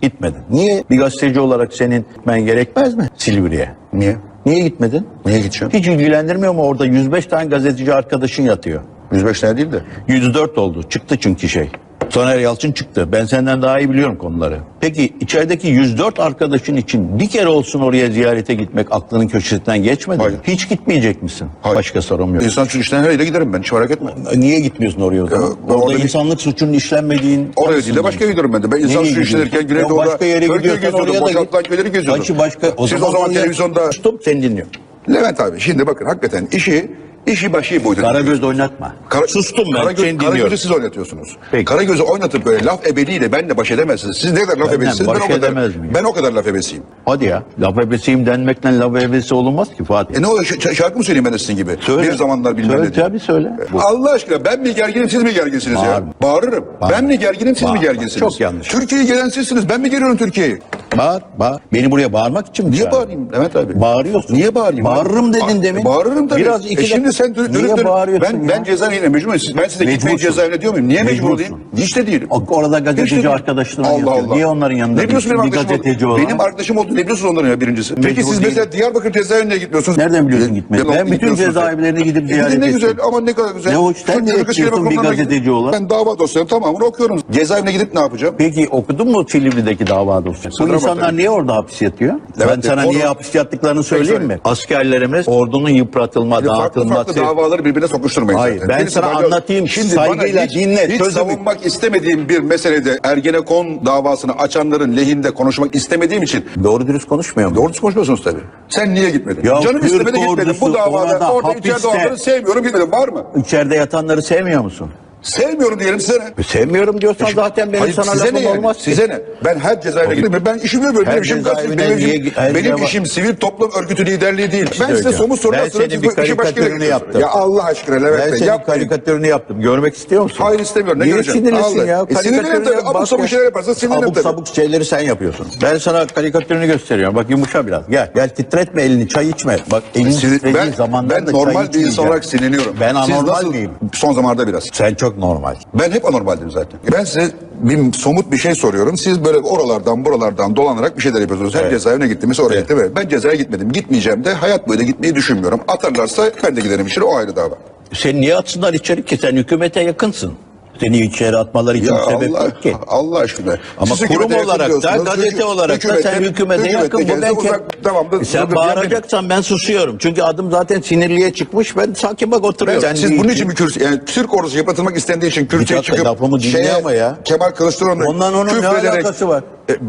Speaker 2: Gitmedin. Niye? Bir gazeteci olarak senin gitmen gerekmez mi Silivri'ye?
Speaker 1: Niye?
Speaker 2: Niye gitmedin?
Speaker 1: Niye gideceğim?
Speaker 2: Hiç ilgilendirmiyor mu orada 105 tane gazeteci arkadaşın yatıyor?
Speaker 1: 105 tane değil de.
Speaker 2: 104 oldu. Çıktı çünkü şey. Soner Yalçın çıktı. Ben senden daha iyi biliyorum konuları. Peki içerideki 104 arkadaşın için bir kere olsun oraya ziyarete gitmek aklının köşesinden geçmedi
Speaker 1: Hayır.
Speaker 2: mi? Hiç gitmeyecek misin?
Speaker 1: Hayır.
Speaker 2: Başka sorum yok. E,
Speaker 1: İnsan şu işten nereye de giderim ben hiç merak etme.
Speaker 2: Niye gitmiyorsun oraya o zaman?
Speaker 1: ben
Speaker 2: orada
Speaker 1: orada bir-
Speaker 2: insanlık suçunun işlenmediğin...
Speaker 1: Oraya değil de başka yere gidiyorum ben de. Ben insan
Speaker 2: Nereye
Speaker 1: şu
Speaker 2: gidiyorsun?
Speaker 1: işlenirken
Speaker 2: Ya
Speaker 1: Güneydoğu'da
Speaker 2: başka yere
Speaker 1: Türkiye'yi
Speaker 2: gidiyorsan oraya
Speaker 1: geziyordum.
Speaker 2: da
Speaker 1: Boşaltılan
Speaker 2: git.
Speaker 1: köyleri geziyordum.
Speaker 2: Başka- başka- o
Speaker 1: Siz
Speaker 2: zaman
Speaker 1: o zaman
Speaker 2: oraya-
Speaker 1: televizyonda...
Speaker 2: Stop sen dinliyorum.
Speaker 1: Levent abi şimdi bakın hakikaten işi işi başı boyutu.
Speaker 2: Karagöz oynatma. Sustum ben
Speaker 1: Karagöz-
Speaker 2: seni dinliyorum.
Speaker 1: Karagöz'ü siz oynatıyorsunuz.
Speaker 2: Peki.
Speaker 1: Karagöz'ü oynatıp böyle laf ebeliyle benle baş edemezsiniz. Siz ne kadar laf
Speaker 2: Benden
Speaker 1: ebesisiniz ben
Speaker 2: baş
Speaker 1: o kadar.
Speaker 2: edemez miyim?
Speaker 1: Ben o kadar laf ebesiyim.
Speaker 2: Hadi ya. Laf ebesiyim denmekle laf ebesi olunmaz ki Fatih.
Speaker 1: E ne oluyor Ş- şarkı mı söyleyeyim ben de sizin gibi? Bir zamanlar bilmem
Speaker 2: söyle,
Speaker 1: ne diye.
Speaker 2: Tabii söyle.
Speaker 1: Allah aşkına ben mi gerginim siz mi gerginsiniz ya?
Speaker 2: Bağırma.
Speaker 1: Bağırırım. Ben mi gerginim siz mi
Speaker 2: Bağırma.
Speaker 1: gerginsiniz?
Speaker 2: Çok yanlış.
Speaker 1: Türkiye'yi gelen sizsiniz. Ben mi geliyorum Türkiye'yi?
Speaker 2: Bağır, bağır. Beni buraya bağırmak için mi
Speaker 1: Niye
Speaker 2: çağırdın?
Speaker 1: bağırayım Levent abi?
Speaker 2: Bağırıyorsun.
Speaker 1: Niye bağırayım?
Speaker 2: Bağırırım dedin
Speaker 1: Ba-
Speaker 2: demin.
Speaker 1: Bağırırım tabii.
Speaker 2: Biraz iki
Speaker 1: e şimdi
Speaker 2: dakika-
Speaker 1: sen dönüp
Speaker 2: Niye
Speaker 1: dönüp dönüp-
Speaker 2: bağırıyorsun
Speaker 1: ben,
Speaker 2: ya?
Speaker 1: ben cezaevine mecburum. Siz- Ben size
Speaker 2: Mecbursun.
Speaker 1: gitmeyi cezaevine diyor muyum? Niye mecbur
Speaker 2: Mecbursun.
Speaker 1: olayım? Hiç de değilim.
Speaker 2: O- orada gazeteci
Speaker 1: Hiç de değilim.
Speaker 2: arkadaşların yatıyor. Niye onların yanında
Speaker 1: Ne biliyorsun benim
Speaker 2: değilsin? Bir
Speaker 1: arkadaşım oldu?
Speaker 2: gazeteci olarak.
Speaker 1: Benim arkadaşım oldu. Ne biliyorsunuz onların ya birincisi? Peki
Speaker 2: Mecbur
Speaker 1: siz mesela Diyarbakır cezaevine gitmiyorsunuz.
Speaker 2: Nereden biliyorsun gitmeyi?
Speaker 1: Ben-
Speaker 2: Ben bütün
Speaker 1: gitmiyorsunuz.
Speaker 2: cezaevlerine gidip
Speaker 1: E,
Speaker 2: ziyaret
Speaker 1: Ne
Speaker 2: ettim.
Speaker 1: güzel ama ne kadar güzel.
Speaker 2: Ne hoş, sen
Speaker 1: Türk
Speaker 2: de
Speaker 1: Cumhuriyeti
Speaker 2: yapıyorsun bir
Speaker 1: Bakanlığı'na
Speaker 2: gazeteci
Speaker 1: gidip-
Speaker 2: olarak.
Speaker 1: Ben dava dosyalarını tamamını okuyorum. Cezaevine gidip ne yapacağım?
Speaker 2: Peki okudun mu Silivri'deki dava dosyasını?
Speaker 1: Sınıra
Speaker 2: Bu insanlar
Speaker 1: bakarım.
Speaker 2: niye orada hapis yatıyor?
Speaker 1: Evet,
Speaker 2: ben sana
Speaker 1: onu- Şey
Speaker 2: niye hapis yattıklarını söyleyeyim mi?
Speaker 1: söyle.
Speaker 2: Askerlerimiz ordunun yıpratılma,
Speaker 1: Farklı
Speaker 2: dağıtılma,
Speaker 1: farklı davaları birbirine sokuşturmayın
Speaker 2: Hayır,
Speaker 1: zaten.
Speaker 2: ben sana
Speaker 1: bana-
Speaker 2: anlatayım,
Speaker 1: bana
Speaker 2: saygıyla
Speaker 1: hiç,
Speaker 2: dinle,
Speaker 1: Hiç
Speaker 2: çözüm-
Speaker 1: savunmak istemediğim bir meselede Ergenekon davasını açanların lehinde konuşmak istemediğim için
Speaker 2: Doğru dürüst konuşmuyor mu?
Speaker 1: Doğru düz konuşmuyorsunuz tabii. Sen niye gitmedin?
Speaker 2: Ya
Speaker 1: Canım
Speaker 2: Türk
Speaker 1: istemedi gitmedim.
Speaker 2: ordusu
Speaker 1: Bu davada
Speaker 2: orada
Speaker 1: orada içeride
Speaker 2: hapiste-
Speaker 1: olanları sevmiyorum gitmedim. Var mı?
Speaker 2: İçeride yatanları sevmiyor musun?
Speaker 1: Sevmiyorum diyelim size ne?
Speaker 2: Sevmiyorum diyorsan zaten benim
Speaker 1: Hayır,
Speaker 2: sana
Speaker 1: size ne
Speaker 2: lafım
Speaker 1: yani?
Speaker 2: olmaz ki.
Speaker 1: Size ne? Ben her cezaevine gittim mi? Ben işimi böyle
Speaker 2: Her
Speaker 1: benim işim gazetecilik,
Speaker 2: cezaevine
Speaker 1: benim, işim-
Speaker 2: niye- her
Speaker 1: benim
Speaker 2: ceva-
Speaker 1: işim sivil toplum örgütü liderliği değil. ben size
Speaker 2: öyle.
Speaker 1: somut sorular
Speaker 2: Ben
Speaker 1: soruyorum. siz
Speaker 2: senin bir
Speaker 1: bu işi başka yere
Speaker 2: karikatürünü
Speaker 1: yaptın.
Speaker 2: yaptım.
Speaker 1: Ya Allah aşkına
Speaker 2: Ben
Speaker 1: Levent Bey
Speaker 2: senin
Speaker 1: yapmayın.
Speaker 2: karikatürünü yaptım. Görmek istiyor musun?
Speaker 1: Hayır istemiyorum. Ne
Speaker 2: Niye
Speaker 1: göreceğim?
Speaker 2: sinirlisin
Speaker 1: Allah.
Speaker 2: ya?
Speaker 1: E, sinirlenirim tabii. Abuk
Speaker 2: bak
Speaker 1: sabuk
Speaker 2: ya.
Speaker 1: şeyler yaparsan sinirlenirim
Speaker 2: Abuk
Speaker 1: tabii.
Speaker 2: sabuk şeyleri sen yapıyorsun. Ben sana karikatürünü gösteriyorum. Bak yumuşa biraz. Gel. Gel titretme elini. Çay içme. Bak elin
Speaker 1: E, Sinir-
Speaker 2: titrediği
Speaker 1: ben,
Speaker 2: zamandan
Speaker 1: ben
Speaker 2: da çay
Speaker 1: normal bir
Speaker 2: içmeyeceğim.
Speaker 1: insan olarak sinirleniyorum.
Speaker 2: Ben
Speaker 1: Siz
Speaker 2: anormal
Speaker 1: nasıl-
Speaker 2: mıyım?
Speaker 1: Son zamanlarda biraz.
Speaker 2: Sen çok normal.
Speaker 1: Ben hep anormaldim zaten. Ben size bir somut bir şey soruyorum. Siz böyle oralardan buralardan dolanarak bir şeyler yapıyorsunuz. Her
Speaker 2: Evet.
Speaker 1: cezaevine gittiniz oraya
Speaker 2: Evet.
Speaker 1: gitti ve Ben cezaya gitmedim. Gitmeyeceğim de hayat boyu da gitmeyi düşünmüyorum. Atarlarsa ben de giderim işine o ayrı dava.
Speaker 2: Sen niye atsınlar içeri ki? Sen hükümete yakınsın. Seni içeri atmaları için
Speaker 1: Ya
Speaker 2: bir sebep
Speaker 1: Allah,
Speaker 2: yok ki.
Speaker 1: Allah aşkına.
Speaker 2: Ama
Speaker 1: Siz
Speaker 2: kurum
Speaker 1: hükümete yakın
Speaker 2: olarak da
Speaker 1: diyorsunuz.
Speaker 2: gazete
Speaker 1: Hükü-
Speaker 2: olarak da sen hükümete yakın bu
Speaker 1: kendinize
Speaker 2: ben
Speaker 1: uzak- Tamam, da-
Speaker 2: sen
Speaker 1: da- da-
Speaker 2: bağıracaksan ben susuyorum. Çünkü adım zaten sinirliye çıkmış. Ben sakin bak oturuyorum.
Speaker 1: Ben- siz bunun için mi kürsü, yani Türk ordusu yapatılmak istendiği için
Speaker 2: Bir
Speaker 1: kürsüye
Speaker 2: dakika,
Speaker 1: çıkıp
Speaker 2: lafımı dinle ama ya.
Speaker 1: Kemal Kılıçdaroğlu'na
Speaker 2: Ondan onun ne
Speaker 1: şey- küfrederek-
Speaker 2: alakası var?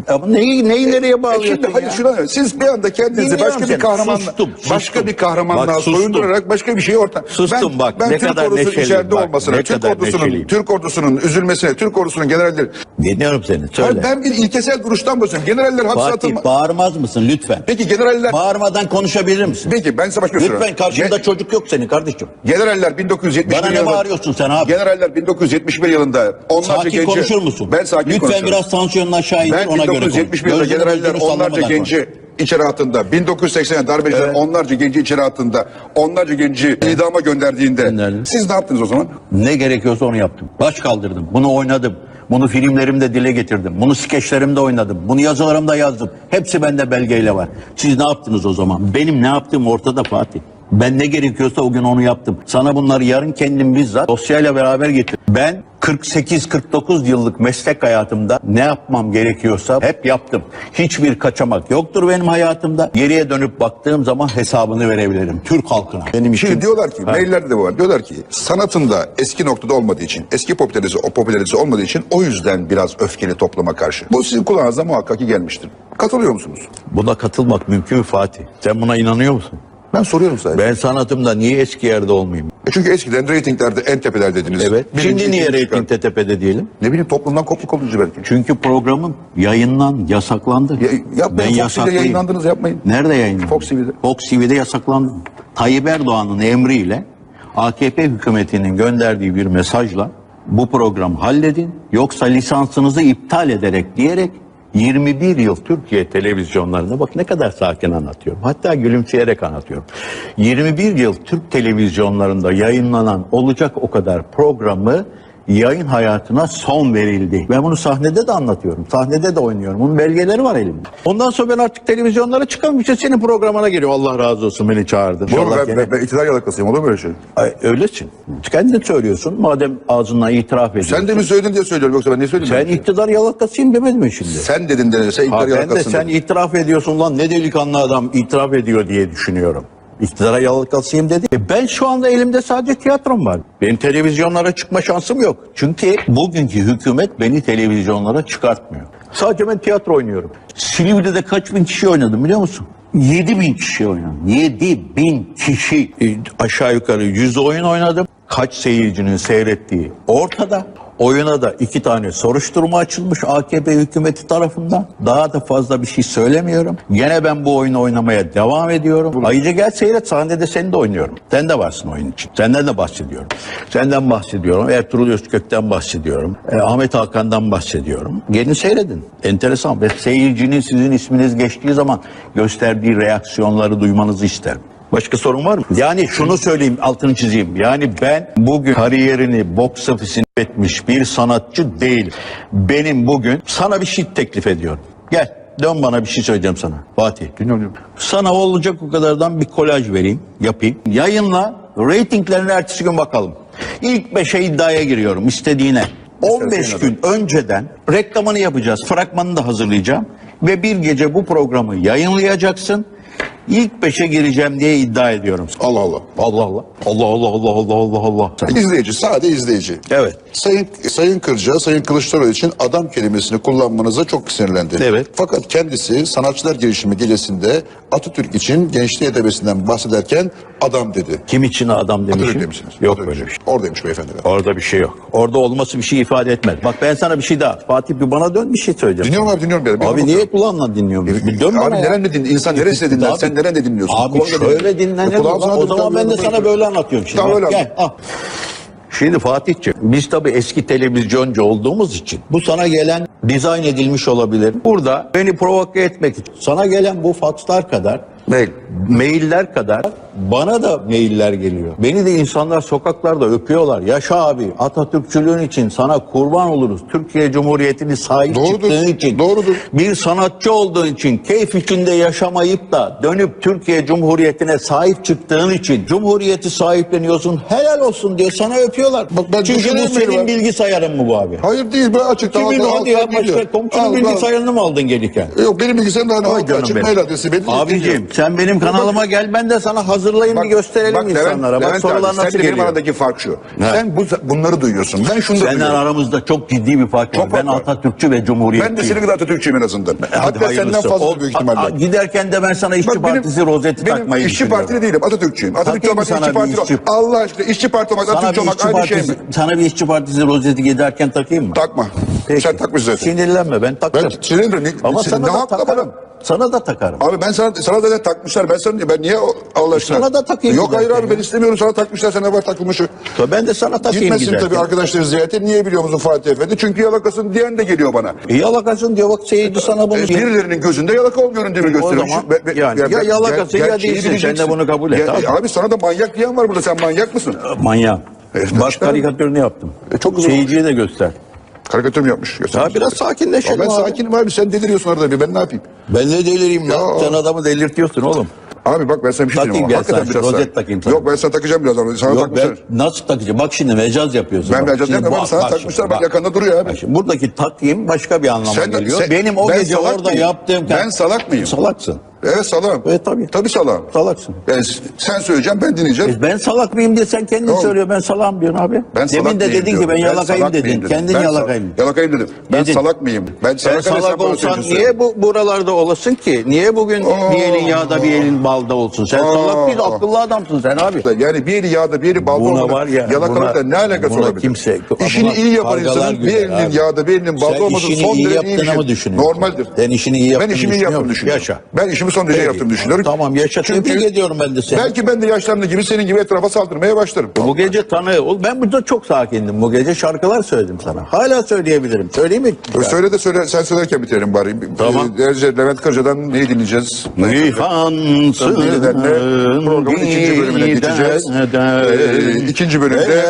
Speaker 2: E, Ama neyi, neyi nereye
Speaker 1: E
Speaker 2: bağlıyorsun
Speaker 1: Şimdi hayır
Speaker 2: ya?
Speaker 1: şuna dönüyorum. siz bir anda kendinizi
Speaker 2: Dinliyorum
Speaker 1: başka bir
Speaker 2: seni.
Speaker 1: kahramanla
Speaker 2: Sustum, sustum.
Speaker 1: başka bir kahramanlığa
Speaker 2: Bak, sustum.
Speaker 1: soyundurarak başka bir şey orta.
Speaker 2: Sustum
Speaker 1: ben,
Speaker 2: bak,
Speaker 1: ben
Speaker 2: ne
Speaker 1: Türk
Speaker 2: kadar
Speaker 1: ordusunun
Speaker 2: neşeliyim
Speaker 1: içeride
Speaker 2: bak,
Speaker 1: olmasına,
Speaker 2: ne
Speaker 1: Türk
Speaker 2: kadar
Speaker 1: ordusunun
Speaker 2: neşeliyim.
Speaker 1: Türk ordusunun üzülmesine, Türk ordusunun generalleri.
Speaker 2: Dinliyorum seni. Söyle.
Speaker 1: Hayır, ben bir ilkesel duruştan bahsediyorum. Generaller hapse
Speaker 2: Fatih
Speaker 1: atılma.
Speaker 2: bağırmaz mısın lütfen?
Speaker 1: Peki generaller
Speaker 2: Bağırmadan konuşabilir misin?
Speaker 1: Peki ben size başka bir soru.
Speaker 2: Lütfen karşımda
Speaker 1: Ge-
Speaker 2: çocuk yok senin kardeşim.
Speaker 1: Generaller 1971
Speaker 2: Bana ne
Speaker 1: yılında-
Speaker 2: bağırıyorsun sen abi?
Speaker 1: Generaller 1971 yılında onlarca
Speaker 2: Sakin
Speaker 1: genci...
Speaker 2: konuşur musun?
Speaker 1: Ben sakin
Speaker 2: Lütfen
Speaker 1: konuşurum.
Speaker 2: biraz tansiyonunu aşağı indir
Speaker 1: Ben
Speaker 2: ona göre konuş.
Speaker 1: 1971 yılında
Speaker 2: Gözünü
Speaker 1: generaller
Speaker 2: gözünü
Speaker 1: onlarca
Speaker 2: sallamadan konuş.
Speaker 1: genci içeri attığında, 1980 darbeciler onlarca genci içeri attığında, onlarca genci idama gönderdiğinde
Speaker 2: Gönderdim.
Speaker 1: siz ne yaptınız o zaman?
Speaker 2: Ne gerekiyorsa onu yaptım. Baş kaldırdım. Bunu oynadım. Bunu filmlerimde dile getirdim. Bunu skeçlerimde oynadım. Bunu yazılarımda yazdım. Hepsi bende belgeyle var. Siz ne yaptınız o zaman? Benim ne yaptığım ortada Fatih. Ben ne gerekiyorsa o gün onu yaptım. Sana bunları yarın kendim bizzat dosyayla beraber getirdim. Ben 48-49 yıllık meslek hayatımda ne yapmam gerekiyorsa hep yaptım. Hiçbir kaçamak yoktur benim hayatımda. Geriye dönüp baktığım zaman hesabını verebilirim Türk halkına. Benim için
Speaker 1: Şimdi diyorlar ki,
Speaker 2: Ha.
Speaker 1: maillerde de var. Diyorlar ki sanatında eski noktada olmadığı için, eski popülerize, o popülerize olmadığı için o yüzden biraz öfkeli topluma karşı. Bu sizin kulağınıza muhakkak ki gelmiştir. Katılıyor musunuz?
Speaker 2: Buna katılmak mümkün mü Fatih? Sen buna inanıyor musun?
Speaker 1: Ben soruyorum sadece.
Speaker 2: Ben sanatımda niye eski yerde olmayayım?
Speaker 1: E çünkü eskiden reytinglerde en tepeler dediniz.
Speaker 2: Evet.
Speaker 1: Birinci,
Speaker 2: Şimdi niye
Speaker 1: ikinci çıkan-
Speaker 2: reytingte tepede diyelim?
Speaker 1: Ne bileyim toplumdan kopukluk olunca belki.
Speaker 2: Çünkü programım yayınlan, yasaklandı.
Speaker 1: Ya, yapmayın. Fox TV'de yayınlandınız yapmayın.
Speaker 2: Nerede yayınlandı?
Speaker 1: Fox TV'de.
Speaker 2: Fox TV'de yasaklandı. Tayyip Erdoğan'ın emriyle AKP hükümetinin gönderdiği bir mesajla bu program halledin yoksa lisansınızı iptal ederek diyerek 21 yıl Türkiye televizyonlarında bak ne kadar sakin anlatıyorum. Hatta gülümseyerek anlatıyorum. 21 yıl Türk televizyonlarında yayınlanan olacak o kadar programı yayın hayatına son verildi. Ben bunu sahnede de anlatıyorum. Sahnede de oynuyorum. Bunun belgeleri var elimde. Ondan sonra ben artık televizyonlara çıkamıyorum. İşte senin programına geliyor. Allah razı olsun beni çağırdın.
Speaker 1: Doğru,
Speaker 2: İnşallah
Speaker 1: ben,
Speaker 2: gene-
Speaker 1: ben, ben iktidar yalakasıyım olur mu öyle şey?
Speaker 2: Ay, öylesin. Kendin söylüyorsun. Madem ağzından itiraf ediyorsun.
Speaker 1: Sen de mi söyledin diye söylüyorum yoksa ben niye söyledim?
Speaker 2: Ben iktidar yalakasıyım demedim mi şimdi?
Speaker 1: Sen dedin de sen
Speaker 2: Ha,
Speaker 1: iktidar
Speaker 2: ben de
Speaker 1: yalakasın.
Speaker 2: sen
Speaker 1: dedin.
Speaker 2: itiraf ediyorsun lan ne delikanlı adam itiraf ediyor diye düşünüyorum. İktidara yalakasıyım dedi. E ben şu anda elimde sadece tiyatrom var. Benim televizyonlara çıkma şansım yok. Çünkü bugünkü hükümet beni televizyonlara çıkartmıyor. Sadece ben tiyatro oynuyorum. Silivri'de kaç bin kişi oynadım biliyor musun? 7 bin kişi oynadım. 7 bin kişi. E, aşağı yukarı 100 oyun oynadım. Kaç seyircinin seyrettiği ortada. Oyuna da iki tane soruşturma açılmış AKP hükümeti tarafından. Daha da fazla bir şey söylemiyorum. Gene ben bu oyunu oynamaya devam ediyorum. Ayrıca gel seyret sahnede seni de oynuyorum. Sen de varsın oyun için. Senden de bahsediyorum. Senden bahsediyorum. Ertuğrul Özkök'ten bahsediyorum. E, Ahmet Hakan'dan bahsediyorum. Gelin seyredin. Enteresan. Ve seyircinin sizin isminiz geçtiği zaman gösterdiği reaksiyonları duymanızı isterim. Başka sorun var mı? Yani şunu söyleyeyim, altını çizeyim. Yani ben bugün kariyerini boks ofisine etmiş bir sanatçı değilim. Benim bugün sana bir şey teklif ediyorum. Gel, dön bana bir şey söyleyeceğim sana. Fatih.
Speaker 1: Dinliyorum.
Speaker 2: Sana olacak o kadardan bir kolaj vereyim, yapayım. Yayınla, reytinglerine ertesi gün bakalım. İlk beşe iddiaya giriyorum istediğine. 15 gün önceden reklamını yapacağız, fragmanını da hazırlayacağım. Ve bir gece bu programı yayınlayacaksın. İlk beşe gireceğim diye iddia ediyorum.
Speaker 1: Allah Allah.
Speaker 2: Allah Allah. Allah Allah Allah Allah Allah Allah.
Speaker 1: İzleyici, sade izleyici.
Speaker 2: Evet.
Speaker 3: Sayın Sayın Kırca, Sayın Kılıçdaroğlu için adam kelimesini kullanmanıza çok sinirlendi.
Speaker 2: Evet.
Speaker 3: Fakat kendisi sanatçılar girişimi gecesinde Atatürk için gençliği edebesinden bahsederken adam dedi.
Speaker 2: Kim için adam
Speaker 3: Atatürk
Speaker 2: demişim?
Speaker 3: demişsiniz.
Speaker 2: Yok
Speaker 3: Atatürk
Speaker 2: böyle bir
Speaker 3: demiş.
Speaker 2: şey.
Speaker 3: Oradaymış beyefendi.
Speaker 2: Orada bir şey yok. Orada olması bir şey ifade etmez. Bak ben sana bir şey daha. Fatih bir bana dön bir şey söyleyeceğim.
Speaker 1: Dinliyorum abi dinliyorum. Bir E,
Speaker 2: Abi niye kulağımla dinliyorum? Bir dön
Speaker 1: Abi
Speaker 2: bana ya.
Speaker 1: nerede din, insan neresinde dinler? Sen nerede dinliyorsun?
Speaker 2: Abi
Speaker 1: Kulağında
Speaker 2: şöyle
Speaker 1: dinle.
Speaker 2: dinlenir.
Speaker 1: E, kulağım
Speaker 2: mi lan?
Speaker 1: sana
Speaker 2: O zaman ben de
Speaker 1: dinlenmiyor.
Speaker 2: sana böyle anlatıyorum şimdi.
Speaker 1: Tamam,
Speaker 2: Bak,
Speaker 1: öyle anlat.
Speaker 2: gel, al. Şimdi Fatih'ciğim biz tabii eski televizyoncu olduğumuz için bu sana gelen dizayn edilmiş olabilir. Burada beni provoke etmek için sana gelen bu fakslar kadar
Speaker 1: Mail.
Speaker 2: mailler kadar bana da mailler geliyor. Beni de insanlar sokaklarda öpüyorlar. Yaşa abi Atatürkçülüğün için sana kurban oluruz. Türkiye Cumhuriyeti'ni sahip
Speaker 3: Doğrudur,
Speaker 2: çıktığın için.
Speaker 3: doğrudur.
Speaker 2: Bir sanatçı olduğun için, keyif içinde yaşamayıp da dönüp Türkiye Cumhuriyeti'ne sahip çıktığın için Cumhuriyeti sahipleniyorsun. Helal olsun diye sana öpüyorlar.
Speaker 3: Bak ben
Speaker 2: Çünkü bu
Speaker 3: düşünemiyorum
Speaker 2: senin
Speaker 3: ben.
Speaker 2: bilgisayarın mı bu abi?
Speaker 3: Hayır değil bu açık.
Speaker 2: Kimin
Speaker 3: Tamam,
Speaker 2: hadi ya
Speaker 3: alttan geliyor.
Speaker 2: başka komşunun
Speaker 3: Al, al.
Speaker 2: bilgisayarını mı aldın gelirken?
Speaker 3: Yok benim bilgisayarımda hani
Speaker 2: Ay
Speaker 3: altı
Speaker 2: canım
Speaker 3: açık
Speaker 2: benim.
Speaker 3: mail adresi belli.
Speaker 2: Abiciğim sen benim kanalıma gel ben de sana hazırlayayım bir gösterelim
Speaker 1: bak Levent-
Speaker 2: insanlara. bak
Speaker 1: Levent
Speaker 2: sorular
Speaker 1: abi,
Speaker 2: nasıl
Speaker 1: sen Benim
Speaker 2: geliyor.
Speaker 1: aradaki fark şu.
Speaker 2: Ha.
Speaker 1: Sen bu, bunları duyuyorsun. Ben şunu da
Speaker 2: Senin
Speaker 1: duyuyorum.
Speaker 2: aramızda çok ciddi bir fark var.
Speaker 1: Çok
Speaker 2: Ben
Speaker 1: fark var.
Speaker 2: Atatürkçü ve Cumhuriyetçiyim.
Speaker 1: Ben de senin kadar Atatürkçüyüm en azından. Hatta senden
Speaker 2: hayırlısı.
Speaker 1: fazla
Speaker 2: O-
Speaker 1: büyük
Speaker 2: a- a-
Speaker 1: ihtimalle.
Speaker 2: Giderken de ben sana işçi
Speaker 1: Bak benim-
Speaker 2: partisi rozeti
Speaker 1: benim
Speaker 2: takmayı
Speaker 1: işçi
Speaker 2: düşünüyorum.
Speaker 1: partili değilim, Atatürkçüyüm. Atatürkçü
Speaker 2: Takayım
Speaker 1: olmak,
Speaker 2: mı sana
Speaker 1: işçi
Speaker 2: bir
Speaker 1: partili
Speaker 2: işçi-
Speaker 1: olmak. Allah aşkına işçi partili olmak,
Speaker 2: Sana bir,
Speaker 1: Atatürkçü olmak
Speaker 2: işçi
Speaker 1: aynı şey
Speaker 2: partisi,
Speaker 1: mi?
Speaker 2: sana bir işçi partisi rozeti giderken takayım mı?
Speaker 1: Takma.
Speaker 2: Peki.
Speaker 1: Sen takmışsın zaten.
Speaker 2: Sinirlenme ben takarım.
Speaker 1: Ben sinirlenirim.
Speaker 2: Ama
Speaker 1: Sinir-
Speaker 2: sana
Speaker 1: ne
Speaker 2: da
Speaker 1: hakla
Speaker 2: takarım.
Speaker 1: bana?
Speaker 2: Sana da takarım.
Speaker 1: Abi ben sana, sana zaten takmışlar. Ben sana ben niye o- Allah aşkına?
Speaker 2: Sana da takayım
Speaker 1: Yok hayır
Speaker 2: zaten
Speaker 1: abi
Speaker 2: ya.
Speaker 1: ben istemiyorum. Sana takmışlar. Sana var takılmış.
Speaker 2: Ben de sana takayım
Speaker 1: Gitmesin
Speaker 2: giderken.
Speaker 1: tabii arkadaşları ziyarete. Niye biliyor musun Fatih Efendi? Çünkü yalakasın diyen de geliyor bana.
Speaker 2: İyi alakasın diyor bak seyirci sana bunu
Speaker 1: E,
Speaker 2: diyor.
Speaker 1: birilerinin gözünde yalaka ol göründüğünü gösteriyor.
Speaker 2: zaman
Speaker 1: Şu- be- be-
Speaker 2: yani ya
Speaker 1: ben-
Speaker 2: yalakası ya
Speaker 1: gerçeği
Speaker 2: değilsin. Sen de
Speaker 1: bileceksin.
Speaker 2: bunu kabul et,
Speaker 1: Ya-
Speaker 2: tamam.
Speaker 1: e, abi sana da manyak diyen var burada. Sen manyak mısın?
Speaker 2: Manyak.
Speaker 1: Evet,
Speaker 2: Baş
Speaker 1: işte.
Speaker 2: karikatürünü yaptım.
Speaker 1: E, çok güzel
Speaker 2: Seyirciye de göster.
Speaker 1: Karikatür mü yapmış?
Speaker 2: Ya biraz sakinleşelim
Speaker 1: Ama ben
Speaker 2: abi.
Speaker 1: sakinim abi. Sen deliriyorsun arada bir. Ben ne yapayım?
Speaker 2: Ben ne delireyim
Speaker 1: Ya.
Speaker 2: lan? Sen adamı delirtiyorsun oğlum.
Speaker 1: Abi bak ben sana bir şey
Speaker 2: Takayım
Speaker 1: diyeyim ama
Speaker 2: ben
Speaker 1: hakikaten
Speaker 2: sana,
Speaker 1: biraz
Speaker 2: rozet
Speaker 1: sağ-
Speaker 2: takayım sana.
Speaker 1: Yok ben sana takacağım birazdan. Sana
Speaker 2: Yok
Speaker 1: takmışlar.
Speaker 2: ben nasıl takacağım? Bak şimdi mecaz yapıyorsun.
Speaker 1: Ben
Speaker 2: Bak
Speaker 1: mecaz
Speaker 2: şimdi
Speaker 1: yapmıyorum,
Speaker 2: bak,
Speaker 1: sana
Speaker 2: bak
Speaker 1: takmışlar,
Speaker 2: şimdi,
Speaker 1: bak yakanda duruyor abi.
Speaker 2: Bak şimdi buradaki takayım başka bir anlama
Speaker 1: Sen-
Speaker 2: geliyor.
Speaker 1: sen-
Speaker 2: Benim o
Speaker 1: ben
Speaker 2: gece
Speaker 1: salak
Speaker 2: orada
Speaker 1: mıyım?
Speaker 2: yaptığım...
Speaker 1: Ben salak mıyım?
Speaker 2: Salaksın.
Speaker 1: Evet salam.
Speaker 2: Evet, tabii.
Speaker 1: Tabii salam.
Speaker 2: Salaksın.
Speaker 1: Ben, sen söyleyeceğim ben dinleyeceğim.
Speaker 2: E Ben salak mıyım diye sen kendin
Speaker 1: Oğlum.
Speaker 2: söylüyorsun. Ben salağım diyorsun abi.
Speaker 1: Ben salak
Speaker 2: Demin de
Speaker 1: mıyım
Speaker 2: dedin ki
Speaker 1: diyorum.
Speaker 2: ben yalakayım
Speaker 1: salak mıyım
Speaker 2: dedin.
Speaker 1: dedim.
Speaker 2: Kendin
Speaker 1: Ben sal-
Speaker 2: yalakayım.
Speaker 1: Yalakayım dedim. Ben
Speaker 2: Dedin.
Speaker 1: salak mıyım? Ben
Speaker 2: Sen
Speaker 1: salak,
Speaker 2: salak olsan niye bu buralarda olasın ki? Niye bugün
Speaker 1: Oo.
Speaker 2: bir elin yağda bir elin balda olsun? Sen
Speaker 1: Oo.
Speaker 2: salak değil akıllı adamsın sen abi.
Speaker 1: Yani bir yağda bir balda
Speaker 2: Buna
Speaker 1: olmanın
Speaker 2: var ya,
Speaker 1: yalakalıkla
Speaker 2: buna-
Speaker 1: ne alakası
Speaker 2: buna
Speaker 1: olabilir?
Speaker 2: kimse- buna
Speaker 1: İşini iyi yapan
Speaker 2: kavgalar
Speaker 1: insanın bir
Speaker 2: güder
Speaker 1: elinin
Speaker 2: abi.
Speaker 1: yağda bir elinin balda
Speaker 2: Sen
Speaker 1: olması
Speaker 2: işini
Speaker 1: son
Speaker 2: iyi
Speaker 1: derece iyi bir
Speaker 2: yaptığını
Speaker 1: şey.
Speaker 2: mı düşünüyorsun?
Speaker 1: Normaldir.
Speaker 2: Sen işini iyi
Speaker 1: Ben
Speaker 2: yaptığını
Speaker 1: işimi iyi yaptığımı
Speaker 2: düşünüyor musun?
Speaker 1: düşünüyorum.
Speaker 2: Yaşa.
Speaker 1: Ben işimi son derece
Speaker 2: Peki.
Speaker 1: yaptığımı düşünüyorum.
Speaker 2: Tamam, yaşa. Tebrik ediyorum ben de seni.
Speaker 1: Belki ben de yaşlandığı gibi senin gibi etrafa saldırmaya başlarım.
Speaker 2: Bu gece tanığı ol. Ben burada çok sakindim. Bu gece şarkılar söyledim sana. Hala söyleyebilirim. Söyleyeyim mi?
Speaker 1: Ö, Söyle de söyle, sen söylerken bitirelim bari.
Speaker 2: Tamam.
Speaker 1: Ee, Erce Levent Kırca'dan neyi dinleyeceğiz?
Speaker 2: Nihansın
Speaker 1: Bu nedenle programın ikinci bölümüne geçeceğiz. Ee, ikinci bölümde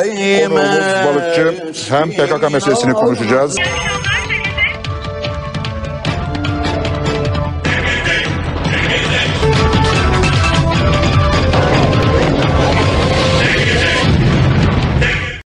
Speaker 1: konuğumuz balıkçı hem PKK meselesini konuşacağız.